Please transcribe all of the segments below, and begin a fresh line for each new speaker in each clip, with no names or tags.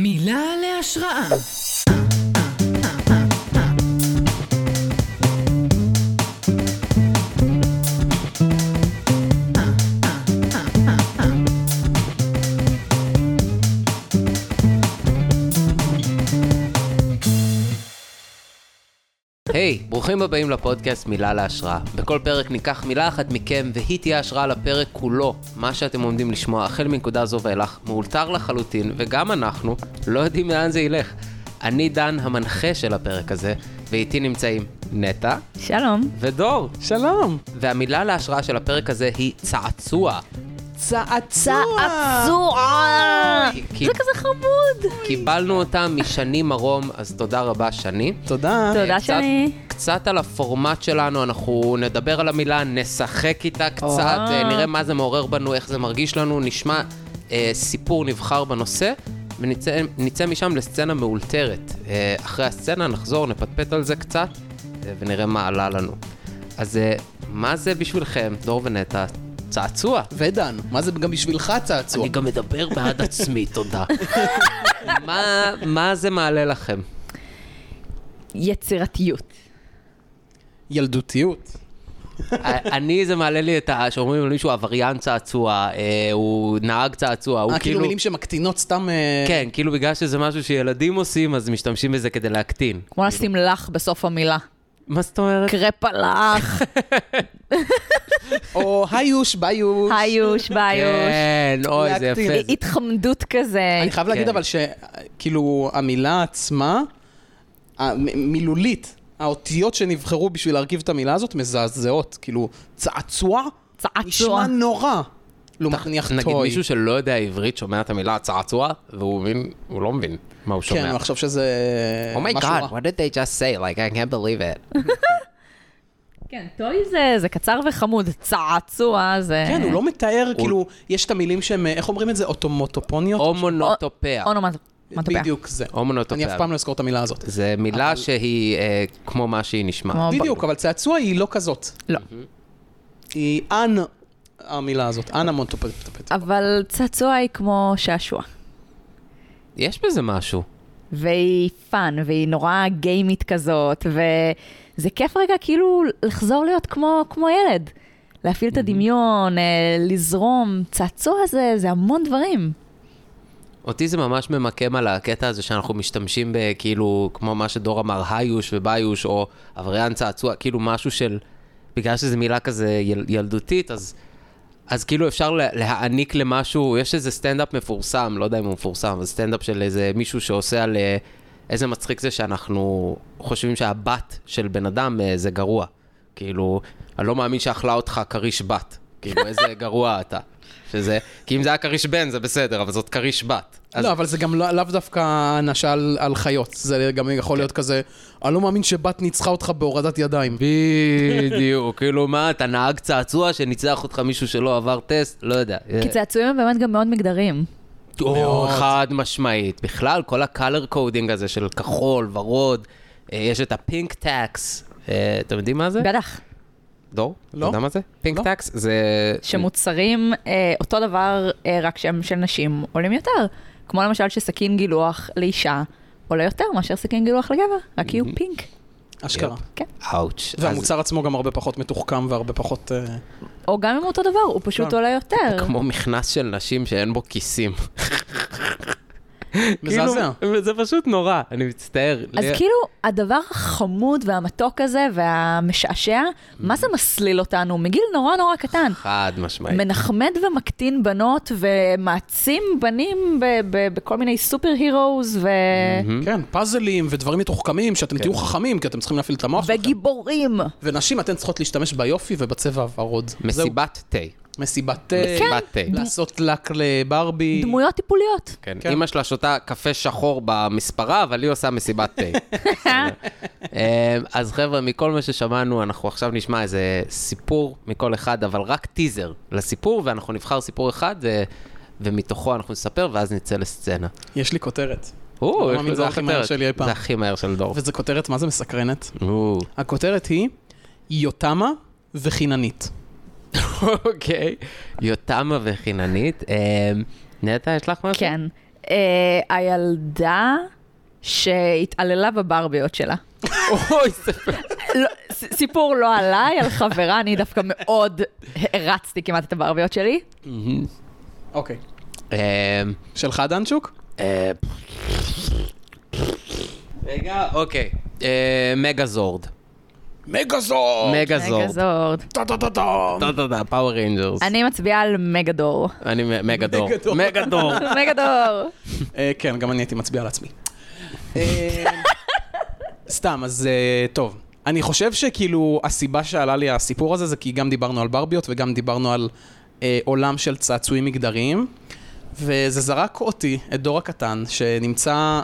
מילה להשראה.
היי, hey, ברוכים הבאים לפודקאסט מילה להשראה. בכל פרק ניקח מילה אחת מכם, והיא תהיה השראה לפרק כולו. מה שאתם עומדים לשמוע החל מנקודה זו ואילך, מאולתר לחלוטין, וגם אנחנו לא יודעים לאן זה ילך. אני דן המנחה של הפרק הזה, ואיתי נמצאים נטע
שלום.
ודור.
שלום.
והמילה להשראה של הפרק הזה היא צעצוע.
צעצוע.
צעצוע!
כי- כי
זה כזה חמוד!
קיבלנו אותה משני מרום, אז תודה רבה, שני.
תודה.
תודה
קצת-
שני.
קצת על הפורמט שלנו, אנחנו נדבר על המילה, נשחק איתה
או.
קצת, אה, נראה מה זה מעורר בנו, איך זה מרגיש לנו, נשמע אה, סיפור נבחר בנושא, ונצא נצא משם לסצנה מאולתרת. אה, אחרי הסצנה נחזור, נפטפט על זה קצת, אה, ונראה מה עלה לנו. אז אה, מה זה בשבילכם, דור ונטע? צעצוע.
ודן, מה זה גם בשבילך צעצוע?
אני גם מדבר בעד עצמי, תודה. מה, מה זה מעלה לכם?
יצירתיות.
ילדותיות.
אני, זה מעלה לי את ה... שאומרים על מישהו עבריין צעצוע, אה, הוא נהג צעצוע, הוא
אה,
כאילו...
כאילו מילים שמקטינות סתם... אה,
כן, כאילו בגלל שזה משהו שילדים עושים, אז משתמשים בזה כדי להקטין.
כמו לשים לך בסוף המילה.
מה זאת אומרת?
קרפ לך,
או היוש, ביוש.
היוש, ביוש.
כן, אוי, זה
להקטין.
יפה.
התחמדות כזה.
אני חייב
כן.
להגיד אבל שכאילו המילה עצמה, המ- מילולית, האותיות שנבחרו בשביל להרכיב את המילה הזאת מזעזעות. כאילו, צעצוע?
צעצוע.
נשמע נורא. לעומת נניח
נגיד
טוי.
מישהו שלא יודע עברית שומע את המילה צעצוע, והוא מבין, הוא לא מבין מה הוא
כן,
שומע.
הוא יחשוב שזה
Oh
משהו
אומייגאד,
רע.
what did they just say? Like, I can't believe it.
כן, טוי זה, זה קצר וחמוד. צעצוע זה...
כן, הוא לא מתאר, כאילו, יש את המילים שהם, אה, איך אומרים את זה? אוטומוטופוניות?
הומונוטופיה.
אונומטופיה.
לא- בדיוק זה.
הומונוטופיה.
אני אף פעם לא אזכור את המילה הזאת.
זה מילה שהיא אה, כמו מה שהיא נשמעת.
כמו-
בדיוק, אבל צעצוע היא לא כזאת.
לא.
היא אנ, המילה הזאת, אנ המונטופטפט.
אבל צעצוע היא כמו שעשוע.
יש בזה משהו.
והיא פאן, והיא נורא גיימית כזאת, וזה כיף רגע כאילו לחזור להיות כמו, כמו ילד. להפעיל את הדמיון, אה, לזרום, צעצוע זה, זה המון דברים.
אותי זה ממש ממקם על הקטע הזה שאנחנו משתמשים בכאילו, כמו מה שדור אמר, היוש וביוש, או עבריין צעצוע, כאילו משהו של, בגלל שזו מילה כזה יל, ילדותית, אז, אז כאילו אפשר לה- להעניק למשהו, יש איזה סטנדאפ מפורסם, לא יודע אם הוא מפורסם, אבל סטנדאפ של איזה מישהו שעושה על אה, איזה מצחיק זה שאנחנו חושבים שהבת של בן אדם אה, זה גרוע. כאילו, אני לא מאמין שאכלה אותך כריש בת. כאילו, איזה גרוע אתה. שזה, כי אם זה היה כריש בן זה בסדר, אבל זאת כריש בת. אז
לא, אבל זה גם לא- לאו דווקא הענשה על על חיות, זה גם יכול להיות כזה, אני לא מאמין שבת ניצחה אותך בהורדת ידיים.
בדיוק, כאילו מה, אתה נהג צעצוע שניצח אותך מישהו שלא עבר טסט? לא יודע.
כי צעצועים הם באמת גם מאוד מגדריים.
או, חד משמעית. בכלל, כל ה-color coding הזה של כחול, ורוד, אה, יש את הפינק טקס. אתם יודעים מה זה?
בטח,
דור? אתה
לא.
יודע מה זה? פינק
לא.
טקס זה...
שמוצרים אה, אותו דבר, אה, רק שהם של נשים עולים יותר. כמו למשל שסכין גילוח לאישה עולה יותר מאשר סכין גילוח לגבר, רק כי הוא פינק.
אשכרה.
כן.
אאוץ'. אז
והמוצר עצמו גם הרבה פחות מתוחכם והרבה פחות... אה,
או גם אם הוא אותו דבר, הוא פשוט
כן.
עולה יותר.
כמו מכנס של נשים שאין בו כיסים.
מזעזע.
כאילו, זה פשוט נורא, אני מצטער.
אז
לי-
כאילו, הדבר החמוד והמתוק הזה והמשעשע, מה זה מסליל אותנו? מגיל נורא נורא קטן.
חד משמעית.
מנחמד ומקטין בנות ומעצים בנים ב- ב- בכל מיני סופר הירוז ו...
Hmm?
כן, פאזלים ודברים מתוחכמים,
כן.
שאתם תהיו חכמים, כי אתם צריכים להפעיל את המוח שלכם.
וגיבורים.
ונשים, אתן צריכות להשתמש ביופי ובצבע הוורוד. זהו.
מסיבת תה.
מסיבת... אה,
מסיבת תה.
לעשות לק לברבי.
דמויות טיפוליות.
כן,
כן.
אימא שלה שותה קפה שחור במספרה, אבל היא עושה מסיבת תה. אה, אז חבר'ה, מכל מה ששמענו, אנחנו עכשיו נשמע איזה סיפור מכל אחד, אבל רק טיזר לסיפור, ואנחנו נבחר סיפור אחד, אה, ומתוכו אנחנו נספר, ואז נצא לסצנה.
יש לי כותרת.
או,
לא
יש
מאמין,
לזה
זה הכי מהר
כותרת.
שלי אי פעם.
זה הכי מהר של דור.
וזו כותרת, מה זה מסקרנת?
או.
הכותרת היא יוטמה וחיננית.
אוקיי. יוטמה וחיננית. אה, נטע, יש לך משהו?
כן. Uh, אה, הילדה שהתעללה בברביות שלה.
אוי, זה...
לא, ס- סיפור לא עליי, על חברה, אני דווקא מאוד הרצתי כמעט את הברביות שלי.
אוקיי.
אמ,
שלך דנצ'וק?
אה, רגע, אוקיי. אה, מגזורד.
אוקיי.
מגזור!
מגזורד.
מגזורד.
טה טה טה טה!
טה טה טה, פאוור ריינג'רס.
אני מצביעה על מגדור.
אני מ- מגדור.
מגדור.
מגדור.
מגדור.
אה, כן, גם אני הייתי מצביע על עצמי. אה, סתם, אז אה, טוב. אני חושב שכאילו הסיבה שעלה לי הסיפור הזה זה כי גם דיברנו על ברביות וגם דיברנו על אה, עולם של צעצועים מגדריים, וזה זרק אותי, את דור הקטן, שנמצא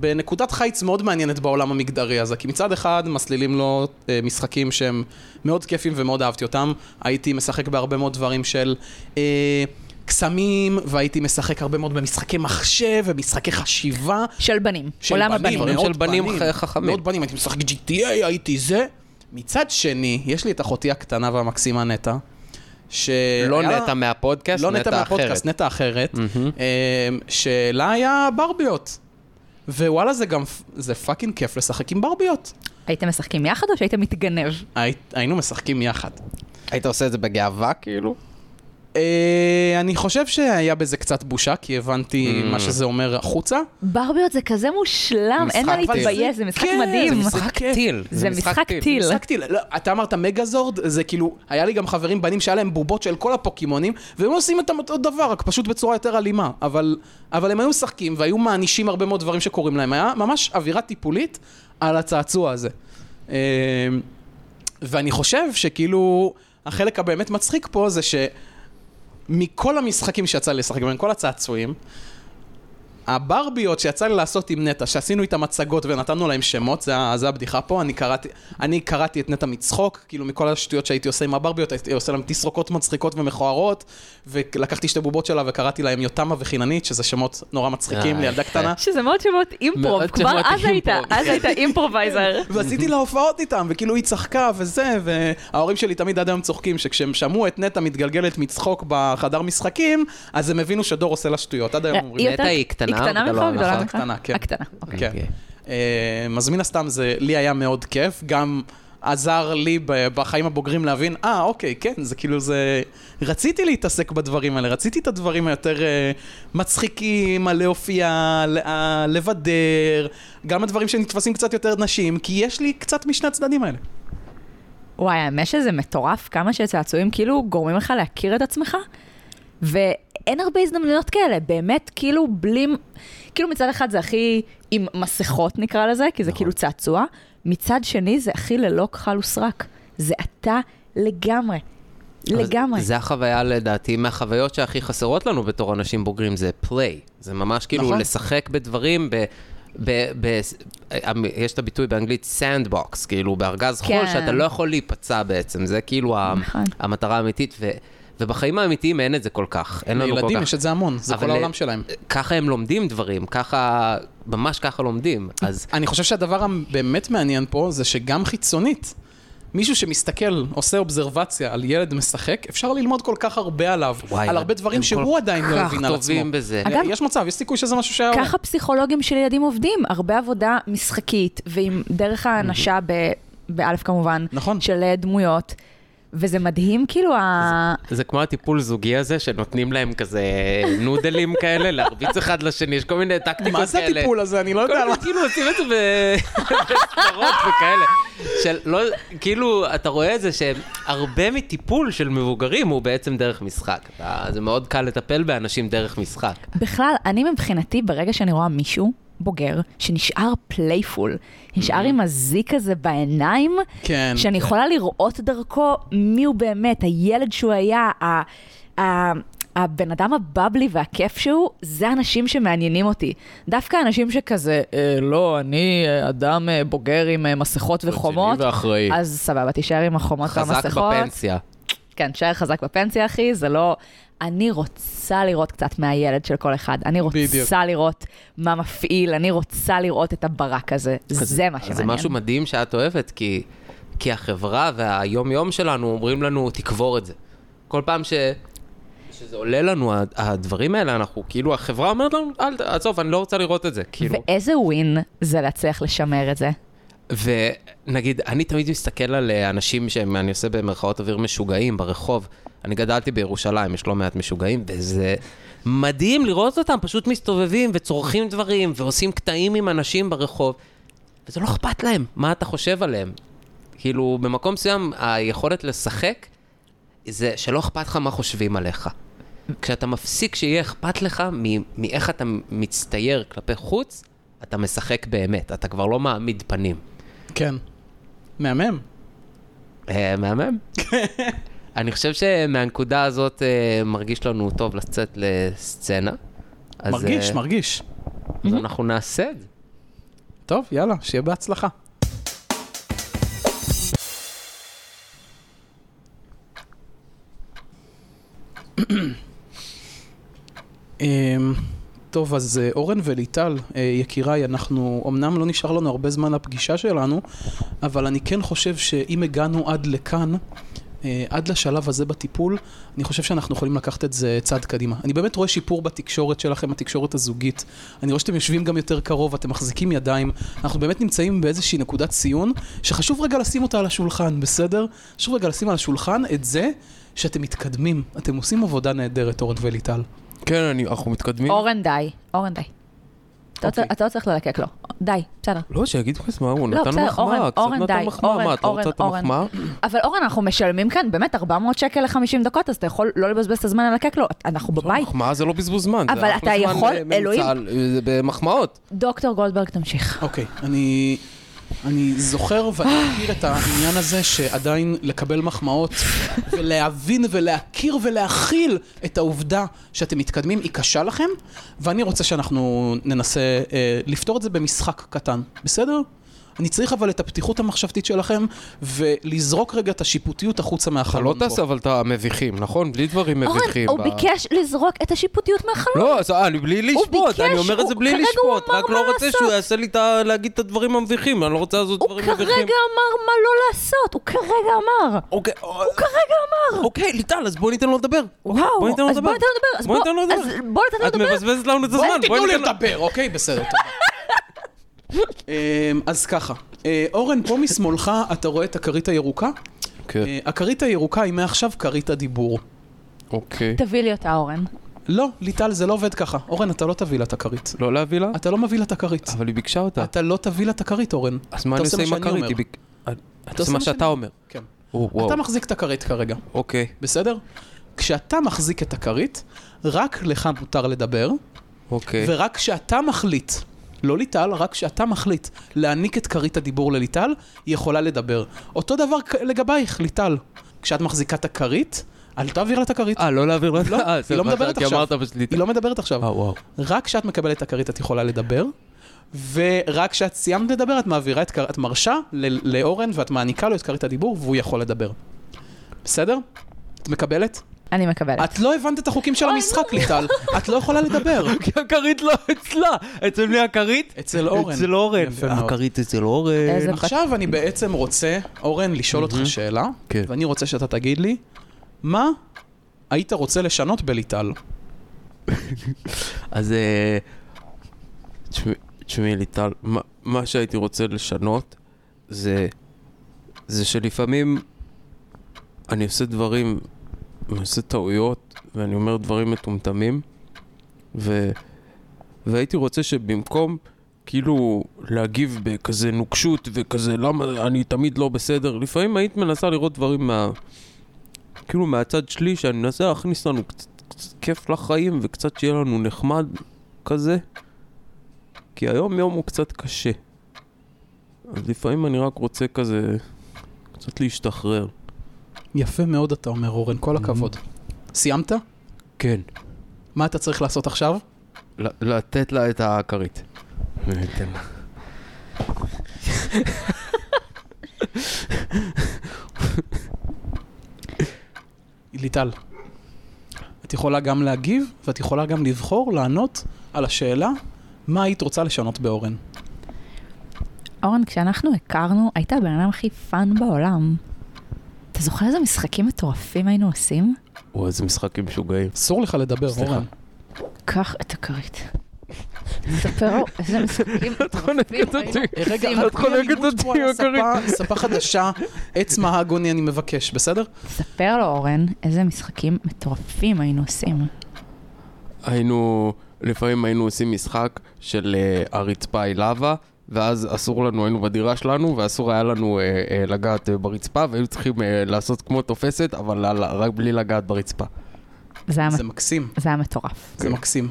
בנקודת חיץ מאוד מעניינת בעולם המגדרי הזה, כי מצד אחד מסלילים לו אה, משחקים שהם מאוד כיפים ומאוד אהבתי אותם, הייתי משחק בהרבה מאוד דברים של אה, קסמים, והייתי משחק הרבה מאוד במשחקי מחשב ומשחקי חשיבה.
של בנים.
של
עולם
בנים,
הבנים.
דברים של
מאות
בנים ח- חכמים.
מאות בנים, הייתי משחק GTA, הייתי זה. מצד שני, יש לי את אחותי הקטנה והמקסימה נטע, ש...
לא
היה-
נטע מהפודקאסט,
לא נטע
נטע אחרת.
מהפודקאסט, נטע אחרת, אמ, שלה היה ברביות. ווואלה, זה גם, פ- זה פאקינג כיף לשחק עם ברביות.
הייתם משחקים יחד או שהייתם מתגנב?
הי- היינו משחקים יחד.
היית עושה את זה בגאווה, כאילו?
אה, אני חושב שהיה בזה קצת בושה, כי הבנתי מה שזה אומר החוצה.
ברביות זה כזה מושלם, אין מה
משחק מדהים.
להתבייש, זה משחק
כן,
מדהים.
זה
משחק
כיף.
טיל.
זה משחק טיל.
הפסקתי, לא, אתה אמרת מגזורד, זה כאילו, היה לי גם חברים בנים שהיה להם בובות של כל הפוקימונים, והם היו עושים את אותו דבר, רק פשוט בצורה יותר אלימה. אבל, אבל הם היו משחקים והיו מענישים הרבה מאוד דברים שקורים להם. היה ממש אווירה טיפולית על הצעצוע הזה. אמ, ואני חושב שכאילו, החלק הבאמת מצחיק פה זה שמכל המשחקים שיצא לי לשחק בהם, כל הצעצועים, הברביות שיצא לי לעשות עם נטע, שעשינו איתה מצגות ונתנו להם שמות, זה, ה- זה הבדיחה פה, אני קראתי, אני קראתי את נטע מצחוק, כאילו מכל השטויות שהייתי עושה עם הברביות, הייתי עושה להם תסרוקות מצחיקות ומכוערות, ולקחתי שתי בובות שלה וקראתי להם יותמה וחיננית, שזה שמות נורא מצחיקים
אה,
לילדה
יפה.
קטנה.
שזה מאוד שמות אימפרוב,
מאוד
כבר
שמות
אז היית,
אימפרוב.
אז היית אימפרובייזר.
ועשיתי לה הופעות איתם, וכאילו היא צחקה וזה, וההורים שלי תמיד עד היום צוחקים, שכשהם שמעו את נטע מתגלגלת מצחוק בחדר משחקים, אז הם הבינו שדור עושה לה שטויות, עד היום אומרים.
אה, היא
נטע
יותר-
היא קטנה לא
היא
או גדולה
קטנה ממך או גדולה
ממך?
ממך?
הקטנה, כן.
נכון? הקטנה, אוקיי.
כן.
אוקיי.
אה, מזמין הסתם זה, לי היה מאוד כיף, גם עזר לי ב- בחיים הבוגרים להבין, אה, אוקיי, כן, זה כאילו זה... רציתי להתעסק בדברים האלה, רציתי את הדברים היותר אה, מצחיקים, על אופייה, ל- אה, לבדר, גם הדברים שנתפסים קצת יותר נשים, כי יש לי קצת משני הצדדים האלה.
וואי, האמת שזה מטורף כמה שצעצועים כאילו גורמים לך להכיר את עצמך, ואין הרבה הזדמנויות כאלה, באמת, כאילו בלי... כאילו מצד אחד זה הכי עם מסכות נקרא לזה, כי זה
נכון.
כאילו צעצוע, מצד שני זה הכי ללא כחל וסרק. זה אתה לגמרי.
אבל
לגמרי.
זה החוויה לדעתי מהחוויות שהכי חסרות לנו בתור אנשים בוגרים, זה פליי. זה ממש כאילו
נכון.
לשחק בדברים, ב, ב, ב, אמ, יש את הביטוי באנגלית סנדבוקס, כאילו בארגז
כן.
חול שאתה לא יכול להיפצע בעצם, זה כאילו ה,
נכון.
המטרה האמיתית, ו, ובחיים האמיתיים אין את זה כל כך. אין לנו כל כך.
לילדים יש את זה המון, זה
אבל,
כל העולם
אה,
שלהם.
ככה הם לומדים דברים, ככה, ממש ככה לומדים. אז
אני חושב שהדבר הבאמת מעניין פה זה שגם חיצונית, מישהו שמסתכל, עושה אובזרבציה על ילד משחק, אפשר ללמוד כל כך הרבה עליו,
וואי,
על הרבה דברים
הם
שהוא
כל
עדיין לא
כך
הבין על עצמו.
טובים בזה.
אגב-
יש מצב, יש סיכוי שזה משהו שהיה...
ככה פסיכולוגים של ילדים עובדים, הרבה עבודה משחקית, ועם דרך האנשה ב... באלף כמובן,
נכון.
של אה, דמויות, וזה מדהים כאילו ה...
זה כמו הטיפול זוגי הזה, שנותנים להם כזה נודלים כאלה, להרביץ אחד לשני, יש כל מיני טקטיקות כאלה.
מה זה הטיפול הזה? אני לא
כל
יודע.
מיני, כאילו עושים את זה ב- בסדרות וכאלה. של לא, כאילו, אתה רואה את זה שהרבה מטיפול של מבוגרים הוא בעצם דרך משחק. אתה- זה מאוד קל לטפל באנשים דרך משחק.
בכלל, אני מבחינתי, ברגע שאני רואה מישהו בוגר, שנשאר פלייפול, נשאר
Mm-hmm.
עם הזיק הזה בעיניים,
כן.
שאני יכולה לראות דרכו מי הוא באמת, הילד שהוא היה, ה... ה... הבן אדם הבבלי והכיף שהוא, זה אנשים שמעניינים אותי. דווקא אנשים שכזה, אה, לא, אני אה, אדם אה, בוגר עם אה, מסכות וחומות,
ואחראי.
אז סבבה, תישאר עם החומות והמסכות.
חזק בפנסיה.
כן, תשאר חזק בפנסיה, אחי, זה לא... אני רוצה לראות קצת מהילד של כל אחד. אני רוצה
בדיוק.
לראות מה מפעיל, אני רוצה לראות את הברק הזה. זה מה
אז זה
שמעניין.
משהו מדהים שאת אוהבת, כי, כי החברה והיום-יום שלנו אומרים לנו, תקבור את זה. כל פעם ש... שזה עולה לנו, ה- הדברים האלה, אנחנו, כאילו, החברה אומרת לנו, אל, ת- עזוב, אני לא רוצה לראות את זה, כאילו.
ואיזה ווין זה להצליח לשמר את זה.
ונגיד, אני תמיד מסתכל על אה, אנשים שהם, אני עושה במרכאות אוויר משוגעים ברחוב. אני גדלתי בירושלים, יש לא מעט משוגעים, וזה מדהים לראות אותם פשוט מסתובבים וצורכים דברים ועושים קטעים עם אנשים ברחוב, וזה לא אכפת להם, מה אתה חושב עליהם? כאילו, במקום מסוים, היכולת לשחק זה שלא אכפת לך מה חושבים עליך. כשאתה מפסיק שיהיה אכפת לך מ- מאיך אתה מצטייר כלפי חוץ, אתה משחק באמת, אתה כבר לא מעמיד פנים.
כן. מהמם.
אה, מהמם. אני חושב שמהנקודה הזאת אה, מרגיש לנו טוב לצאת לסצנה. אז,
מרגיש,
אה,
מרגיש.
אז אנחנו נעשה את זה.
טוב, יאללה, שיהיה בהצלחה. אמ, טוב, אז אה, אורן וליטל, אה, יקיריי, אנחנו, אמנם לא נשאר לנו הרבה זמן לפגישה שלנו, אבל אני כן חושב שאם הגענו עד לכאן, אה, עד לשלב הזה בטיפול, אני חושב שאנחנו יכולים לקחת את זה צעד קדימה. אני באמת רואה שיפור בתקשורת שלכם, התקשורת הזוגית. אני רואה שאתם יושבים גם יותר קרוב, אתם מחזיקים ידיים. אנחנו באמת נמצאים באיזושהי נקודת ציון, שחשוב רגע לשים אותה על השולחן, בסדר? חשוב רגע לשים על השולחן את זה שאתם מתקדמים. אתם עושים עבודה נהדרת, אורן וליטל.
כן, אני- אנחנו מתקדמים.
אורן די, אורן די. אתה לא
אוקיי.
צריך- אתה לא צריך ללקק לו. די, בסדר.
לא, שיגיד לך מה, הוא
לא,
נתן
בסדר,
מחמאה,
אורן,
קצת
אורן,
נתן
די,
מחמאה,
אורן,
מה, אתה רוצה
אורן,
את המחמאה?
אבל אורן, אנחנו משלמים כאן באמת 400 שקל ל-50 דקות, אז אתה יכול לא לבזבז את הזמן על לקק לו, אנחנו בבית.
מחמאה זה לא בזבוז זמן. זה
אבל
אנחנו
אתה
זמן
יכול,
באמצע
אלוהים.
על- אה, זה במחמאות.
דוקטור גולדברג, תמשיך.
אוקיי, אני... אני זוכר ואני מכיר את העניין הזה שעדיין לקבל מחמאות ולהבין ולהכיר ולהכיל את העובדה שאתם מתקדמים היא קשה לכם ואני רוצה שאנחנו ננסה אה, לפתור את זה במשחק קטן, בסדר? אני צריך אבל את הפתיחות המחשבתית שלכם ולזרוק רגע את השיפוטיות החוצה
אתה
מהחלון
לא
פה.
תעשה אבל את המביכים, נכון? בלי דברים
אורן,
מביכים.
הוא
ב-
ביקש לזרוק את השיפוטיות מהחלום.
לא, אז אה, אני בלי לשפוט, אני
ביקש,
אומר את זה
הוא-
בלי
כרגע הוא
לשפוט,
אמר
רק
מה
לא רוצה
לעשות.
שהוא יעשה לי את ה- להגיד את הדברים המביכים, אני לא רוצה לעשות
הוא
דברים
כרגע
מביכים.
אמר מה לא לעשות, הוא כרגע אמר.
אוקיי, אה,
הוא כרגע אמר.
אוקיי, ליטל, אז בואי ניתן לו לדבר.
וואו,
בואי ניתן לו
אז
לדבר.
בואי ניתן לו לדבר. אז
בואי ניתן לו לדבר.
אז בואי ניתן לו
את
לדבר.
מבזבזת לנו את הזמן,
אל
בואי
תיתנו לי
ניתן לו...
לדבר, אוקיי? בסדר, תודה. אמ, אז ככה, אה, אורן, פה משמאלך אתה רואה את הכרית הירוקה?
כן,
אה, הכרית הירוקה היא מעכשיו כרית הדיבור.
אוקיי.
תביא לי אותה, אורן.
לא, ליטל, זה לא עובד ככה. אורן, אתה לא תביא לה את הכרית.
לא להביא לה?
אתה לא מביא לה את הכרית.
אבל היא ביקשה אותה.
אתה לא תביא לה את הכרית, אורן.
אז מה אני
עושה
עושה עם
מה שאני
הכרית?
אומר.
היא ביק- אה, אני- אתה עושה
עושה
מה
מה
שאתה
שאני-
אומר.
כן.
או,
אתה
וואו,
מחזיק את הכרית כרגע,
אוקיי.
בסדר? כשאתה מחזיק את הכרית, רק לך מותר לדבר,
אוקיי.
ורק כשאתה מחליט, לא ליטל, רק כשאתה מחליט להעניק את כרית הדיבור לליטל, היא יכולה לדבר. אותו דבר כ- לגבייך, ליטל. כשאת מחזיקה את הכרית, אל תעביר לה את הכרית.
אה, לא להעביר לה את
לא,
אה,
היא
זה
לא
מה-
מדברת
כי
עכשיו.
אמרת בשליטה.
היא לא מדברת עכשיו.
אה, וואו.
רק כשאת מקבלת את הכרית את יכולה לדבר, ורק כשאת סיימת לדבר את מעבירה את, כר- את מרשה ל- לאורן ואת מעניקה לו את כרית הדיבור והוא יכול לדבר. בסדר? את מקבלת?
אני מקבלת.
את לא הבנת את החוקים של המשחק, ליטל. את לא יכולה לדבר.
כי הכרית לא אצלה. אצל מי הכרית?
אצל אורן.
אצל אורן.
יפה מאוד.
הכרית אצל אורן.
איזה-
עכשיו אני בעצם רוצה, אורן, לשאול אותך שאלה,
כן.
ואני רוצה שאתה תגיד לי, מה היית רוצה לשנות בליטל?
אז אה, תשמעי- תשמעי ליטל, מה- מה שהייתי רוצה לשנות זה זה שלפעמים אני עושה דברים, אני עושה טעויות ואני אומר דברים מטומטמים ו... והייתי רוצה שבמקום כאילו להגיב בכזה נוקשות וכזה למה אני תמיד לא בסדר, לפעמים היית מנסה לראות דברים מה... כאילו מהצד שלי שאני מנסה להכניס לנו קצת, קצת כיף לחיים וקצת שיהיה לנו נחמד כזה כי היום יום הוא קצת קשה אז לפעמים אני רק רוצה כזה קצת להשתחרר
יפה מאוד אתה אומר, אורן, כל הכבוד. סיימת?
כן
מה אתה צריך לעשות עכשיו?
לתת לה את הכרית
ליטל, את יכולה גם להגיב, ואת יכולה גם לבחור לענות על השאלה מה היית רוצה לשנות באורן.
אורן, כשאנחנו הכרנו, היית הבן אדם הכי פאן בעולם. אתה זוכר איזה משחקים מטורפים היינו עושים?
וואי, איזה משחקים משוגעים.
אסור לך לדבר,
סליחה.
אורן.
קח את הכרית. ספר, איזה משחקים מטורפים.
אה, רגע,
רגע,
רק
את חונקת
תני לי
אותי,
פה על
יוקרי.
הספה, ספה חדשה, עץ מהגוני אני מבקש, בסדר?
ספר לו, אורן, איזה משחקים מטורפים היינו עושים.
היינו, לפעמים היינו עושים משחק של אה, הרצפה היא לבה, ואז אסור לנו, היינו בדירה שלנו, ואסור היה לנו אה, אה, לגעת אה, ברצפה, והיו צריכים אה, לעשות כמו תופסת, אבל על, רק בלי לגעת ברצפה.
זה היה מט-
זה מקסים.
זה היה מטורף.
כן.
זה מקסים.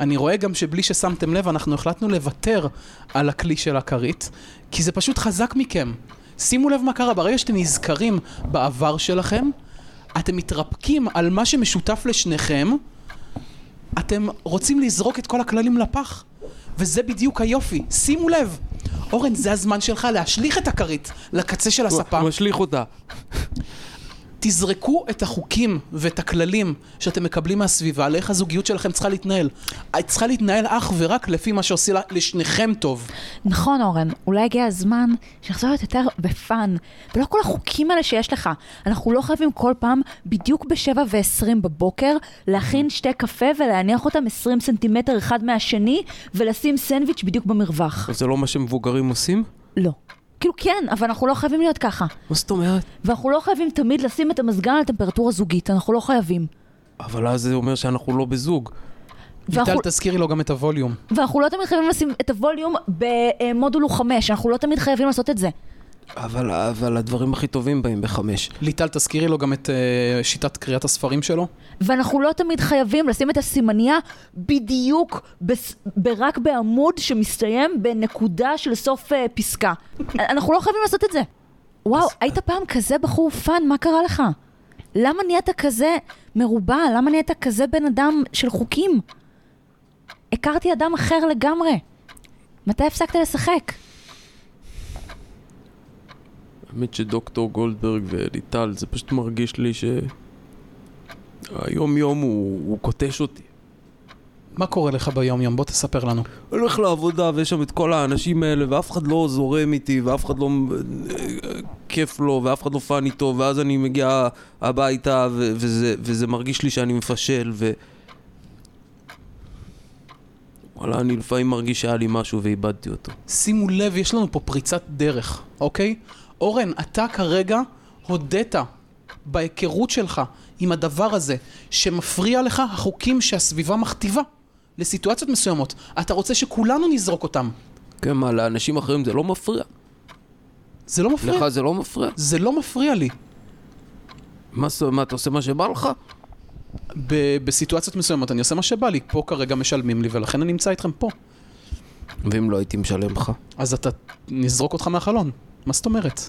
אני רואה גם שבלי ששמתם לב, אנחנו החלטנו לוותר על הכלי של הכרית, כי זה פשוט חזק מכם. שימו לב מה קרה, ברגע שאתם נזכרים בעבר שלכם, אתם מתרפקים על מה שמשותף לשניכם, אתם רוצים לזרוק את כל הכללים לפח. וזה בדיוק היופי, שימו לב. אורן, זה הזמן שלך להשליך את הכרית לקצה של הספה.
הוא משליך אותה.
תזרקו את החוקים ואת הכללים שאתם מקבלים מהסביבה, על איך הזוגיות שלכם צריכה להתנהל. את צריכה להתנהל אך ורק לפי מה שעושה לה- לשניכם טוב.
נכון, אורן, אולי הגיע הזמן שנחזור להיות יותר בפאן, ולא כל החוקים האלה שיש לך. אנחנו לא חייבים כל פעם, בדיוק ב-7 ו-20 בבוקר, להכין שתי קפה ולהניח אותם 20 סנטימטר אחד מהשני, ולשים סנדוויץ' בדיוק במרווח.
זה לא מה שמבוגרים עושים?
לא. כאילו כן, אבל אנחנו לא חייבים להיות ככה.
מה זאת אומרת?
ואנחנו לא חייבים תמיד לשים את המזגן על טמפרטורה זוגית, אנחנו לא חייבים.
אבל אז זה אומר שאנחנו לא בזוג.
ליטל,
ואנחנו-
תזכירי לו גם את הווליום.
ואנחנו לא תמיד חייבים לשים את הווליום במודול הוא 5, אנחנו לא תמיד חייבים לעשות את זה.
אבל, אבל הדברים הכי טובים באים בחמש.
ליטל, תזכירי לו גם את אה, שיטת קריאת הספרים שלו.
ואנחנו לא תמיד חייבים לשים את הסימניה בדיוק בס... ברק בעמוד שמסתיים בנקודה של סוף uh, פסקה. אנחנו לא חייבים לעשות את זה. וואו, היית פעם כזה בחור פאן, מה קרה לך? למה נהיית כזה מרובע? למה נהיית כזה בן אדם של חוקים? הכרתי אדם אחר לגמרי. מתי הפסקת לשחק?
האמת שדוקטור גולדברג וליטל, זה פשוט מרגיש לי ש... היום יום הוא, הוא קוטש אותי.
מה קורה לך ביום-יום? בוא תספר לנו.
הולך לעבודה ויש שם את כל האנשים האלה ואף אחד לא זורם איתי ואף אחד לא אה, אה, כיף לו ואף אחד לא פאן איתו ואז אני מגיע הביתה ו- וזה, וזה מרגיש לי שאני מפשל ו... וואלה, אני לפעמים מרגיש שהיה לי משהו ואיבדתי אותו.
שימו לב, יש לנו פה פריצת דרך, אוקיי? אורן, אתה כרגע הודית בהיכרות שלך עם הדבר הזה שמפריע לך החוקים שהסביבה מכתיבה לסיטואציות מסוימות. אתה רוצה שכולנו נזרוק אותם.
כן, מה, לאנשים אחרים זה לא מפריע?
זה לא מפריע.
לך זה לא מפריע?
זה לא מפריע לי.
מה, זאת- מה, אתה עושה מה שבא לך?
ב- בסיטואציות מסוימות אני עושה מה שבא לי, פה כרגע משלמים לי ולכן אני נמצא איתכם פה.
ואם לא הייתי משלם לך?
אז אתה, נזרוק אותך מהחלון. מה זאת אומרת?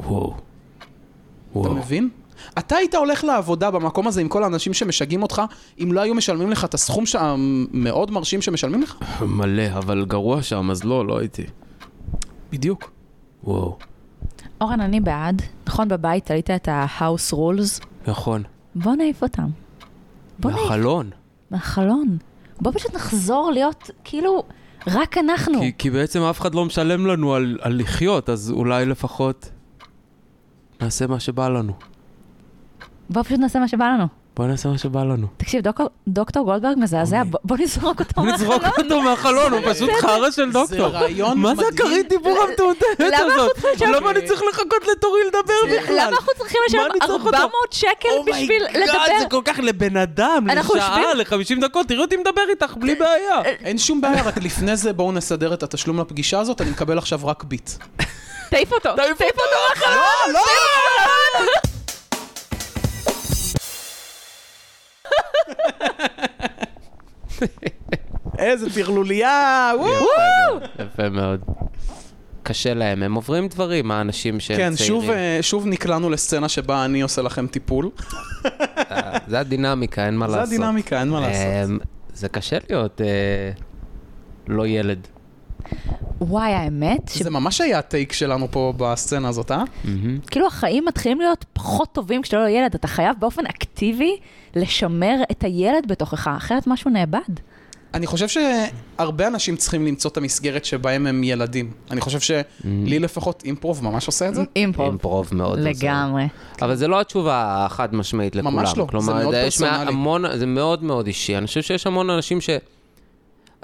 וואו.
אתה
וואו.
מבין? אתה היית הולך לעבודה במקום הזה עם כל האנשים שמשגעים אותך, אם לא היו משלמים לך את הסכום ש- המאוד מרשים שמשלמים לך?
מלא, אבל גרוע שם, אז לא, לא הייתי.
בדיוק.
וואו.
אורן, אני בעד. נכון, בבית תלית את ה-house rules. נכון.
נכון.
בוא נעיף אותם. בוא נעיף
מהחלון.
מהחלון. בוא פשוט נחזור להיות, כאילו, רק אנחנו.
כי, כי בעצם אף אחד לא משלם לנו על, על לחיות, אז אולי לפחות נעשה מה שבא לנו.
בוא פשוט נעשה מה שבא לנו.
בוא נעשה מה שבא לנו.
תקשיב, דוקו- דוקטור גולדברג מזעזע,
אוקיי.
בוא- בוא נזרוק אותו
בוא נזרוק
מהחלון.
אותו מהחלון, הוא פשוט חרא של
זה
דוקטור.
רעיון
מה זה הכרית דיבור המטומטמת
למה
הזאת?
חשבנו-
למה אני צריך לחכות לתורי לדבר בכלל?
למה אנחנו צריכים
מה אני
לשלם
צריך אותו?
400 שקל בשביל
אומייגאד, Oh זה
לדבר?
כל כך לבן אדם,
אנחנו
לשעה,
יושבים-
ל-50 דקות, תראי אותי מדבר איתך בלי בעיה.
אין שום בעיה, רק לפני זה בואו נסדר את התשלום לפגישה הזאת, אני מקבל עכשיו רק ביט.
תעיף אותו, תעיף אותו מהחלון.
לא, לא! איזה טרלוליה! וואו!
יפה מאוד. קשה להם, הם עוברים דברים, האנשים שהם
כן,
צעירים.
שוב, אה, שוב נקלענו לסצנה שבה אני עושה לכם טיפול.
אה, זה הדינמיקה, אין מה
זה
לעשות.
הדינמיקה, אין מה לעשות.
אמ, זה קשה להיות אה, לא ילד.
וואי, האמת, ש-
זה ממש היה הטייק שלנו פה בסצנה הזאת, אה?
כאילו החיים מתחילים להיות פחות טובים כשאתה לא ילד, אתה חייב באופן אקטיבי לשמר את הילד בתוכך, אחרת משהו נאבד.
אני חושב שהרבה אנשים צריכים למצוא את המסגרת שבהם הם ילדים. אני חושב שלי לפחות אימפרוב ממש עושה את זה.
אימפרוב.
אימפרוב מאוד עוזר.
לגמרי.
אבל זה לא התשובה החד משמעית לכולם.
ממש לא,
כלומר,
זה מאוד
יש
פרסונלי.
מה- המון, זה מאוד מאוד אישי. אני חושב שיש המון אנשים ש...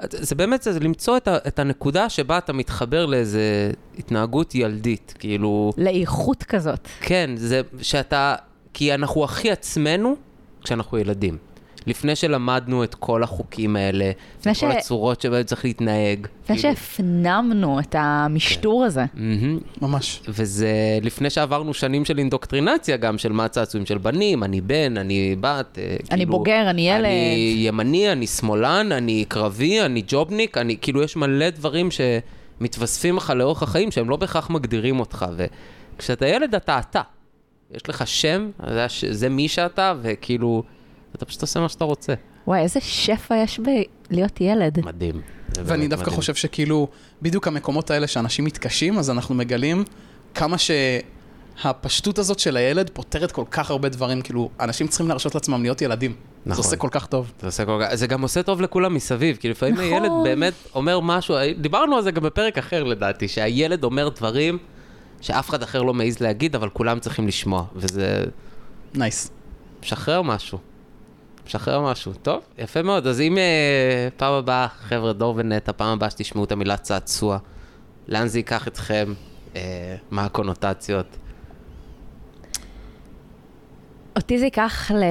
זה באמת, זה למצוא את, ה, את הנקודה שבה אתה מתחבר לאיזה התנהגות ילדית. כאילו,
לאיכות כזאת.
כן, זה שאתה... כי אנחנו הכי עצמנו כשאנחנו ילדים. לפני שלמדנו את כל החוקים האלה, את כל
לפני ש-
הצורות שבהן צריך להתנהג. כאילו.
לפני שהפנמנו את המשטור הזה.
מהמם.
ממש.
וזה לפני שעברנו שנים של אינדוקטרינציה גם, של מה הצעצועים של בנים, אני בן, אני בת. אה,
אני בוגר, אני ילד.
אני ימני, אני שמאלן, אני קרבי, אני ג'ובניק, אני, כאילו, יש מלא דברים שמתווספים לך לאורך החיים שהם לא בהכרח מגדירים אותך. וכשאתה ילד אתה אתה. יש לך שם, זה הש- זה מי שאתה, וכאילו, אתה פשוט עושה מה שאתה רוצה.
וואי, איזה שפע יש בלהיות ילד.
מדהים. זה
ואני
באמת
דווקא
מדהים.
חושב שכאילו, בדיוק המקומות האלה שאנשים מתקשים, אז אנחנו מגלים כמה שהפשטות הזאת של הילד פותרת כל כך הרבה דברים. כאילו, אנשים צריכים להרשות לעצמם להיות ילדים. זה
נכון.
עושה כל כך טוב.
זה, עושה כל... כך- זה גם עושה טוב לכולם מסביב, כי לפעמים
נכון.
נכון. הילד באמת אומר משהו, דיברנו על זה גם בפרק אחר לדעתי, שהילד אומר דברים שאף אחד אחר לא מעז להגיד, אבל כולם צריכים לשמוע, וזה
נייס.
משחרר משהו. משחרר משהו. טוב, יפה מאוד. אז אם אה, פעם הבאה, חבר'ה, דור ונטע, פעם הבאה שתשמעו את המילה צעצוע, לאן זה ייקח אתכם? אה, מה הקונוטציות?
אותי זה ייקח ל...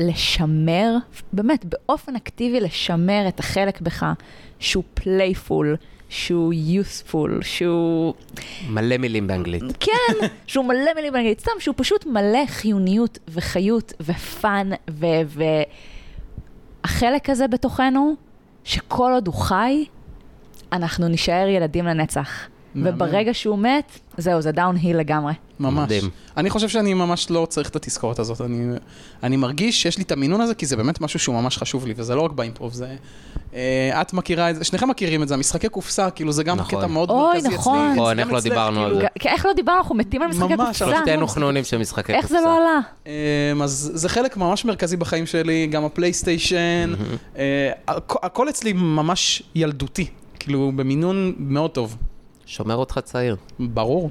לשמר, באמת, באופן אקטיבי לשמר את החלק בך שהוא פלייפול, שהוא יוספול, שהוא...
מלא מילים באנגלית.
כן, שהוא מלא מילים באנגלית, סתם שהוא פשוט מלא חיוניות וחיות ופאן, והחלק הזה בתוכנו, שכל עוד הוא חי, אנחנו נישאר ילדים לנצח.
מהמם.
וברגע שהוא מת, זהו, זה דאון-היל לגמרי.
ממש.
מדהים.
אני חושב שאני ממש לא צריך את התזכורת הזאת. אני, אני מרגיש שיש לי את המינון הזה, כי זה באמת משהו שהוא ממש חשוב לי, וזה לא רק באימפרוב, זה... אה, את מכירה את זה, שניכם מכירים את זה, המשחקי קופסה, כאילו זה גם
נכון.
קטע מאוד
אוי,
מרכזי
נכון.
אצלי.
אוי,
גם
איך לא
אצלך,
דיברנו על
כאילו,
זה.
כ- איך לא דיברנו? אנחנו מתים על משחקי
ממש,
קופסה.
שלושתנו חנונים של משחקי
איך
קופסה.
זה לא עלה?
אמ, אז זה חלק ממש מרכזי בחיים שלי, גם הפלייסטיישן, אה, הכ- הכל אצלי ממש ילדותי, כאילו במינון מאוד טוב,
שומר אותך צעיר.
ברור.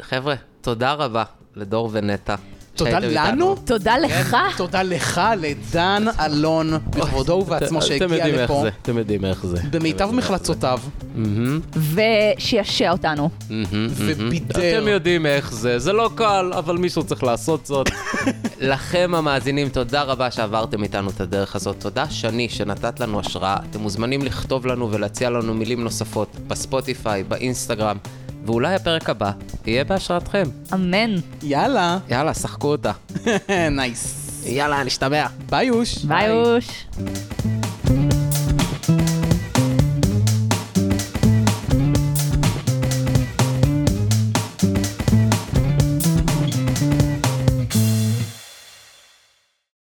חבר'ה, תודה רבה לדור ונטע.
תודה
שהייתם איתנו.
לנו,
תודה לך.
תודה לך, לדן אלון, בכבודו ובעצמו
אתם-
שהגיע לפה,
אתם יודעים איך זה.
במיטב מחלצותיו,
מהמם,
ושישע אותנו.
מהמם, מהמם. אתם
ובידר.
יודעים איך זה, זה לא קל, אבל מישהו צריך לעשות זאת. לכם המאזינים, תודה רבה שעברתם איתנו את הדרך הזאת. תודה, שני, שנתת לנו השראה. אתם מוזמנים לכתוב לנו ולהציע לנו מילים נוספות בספוטיפיי, באינסטגרם, ואולי הפרק הבא יהיה בהשראתכם.
אמן.
יאללה,
יאללה, שחקו אותה.
נייס.
יאללה, נשתמע.
ביי אוש.
ביי אוש.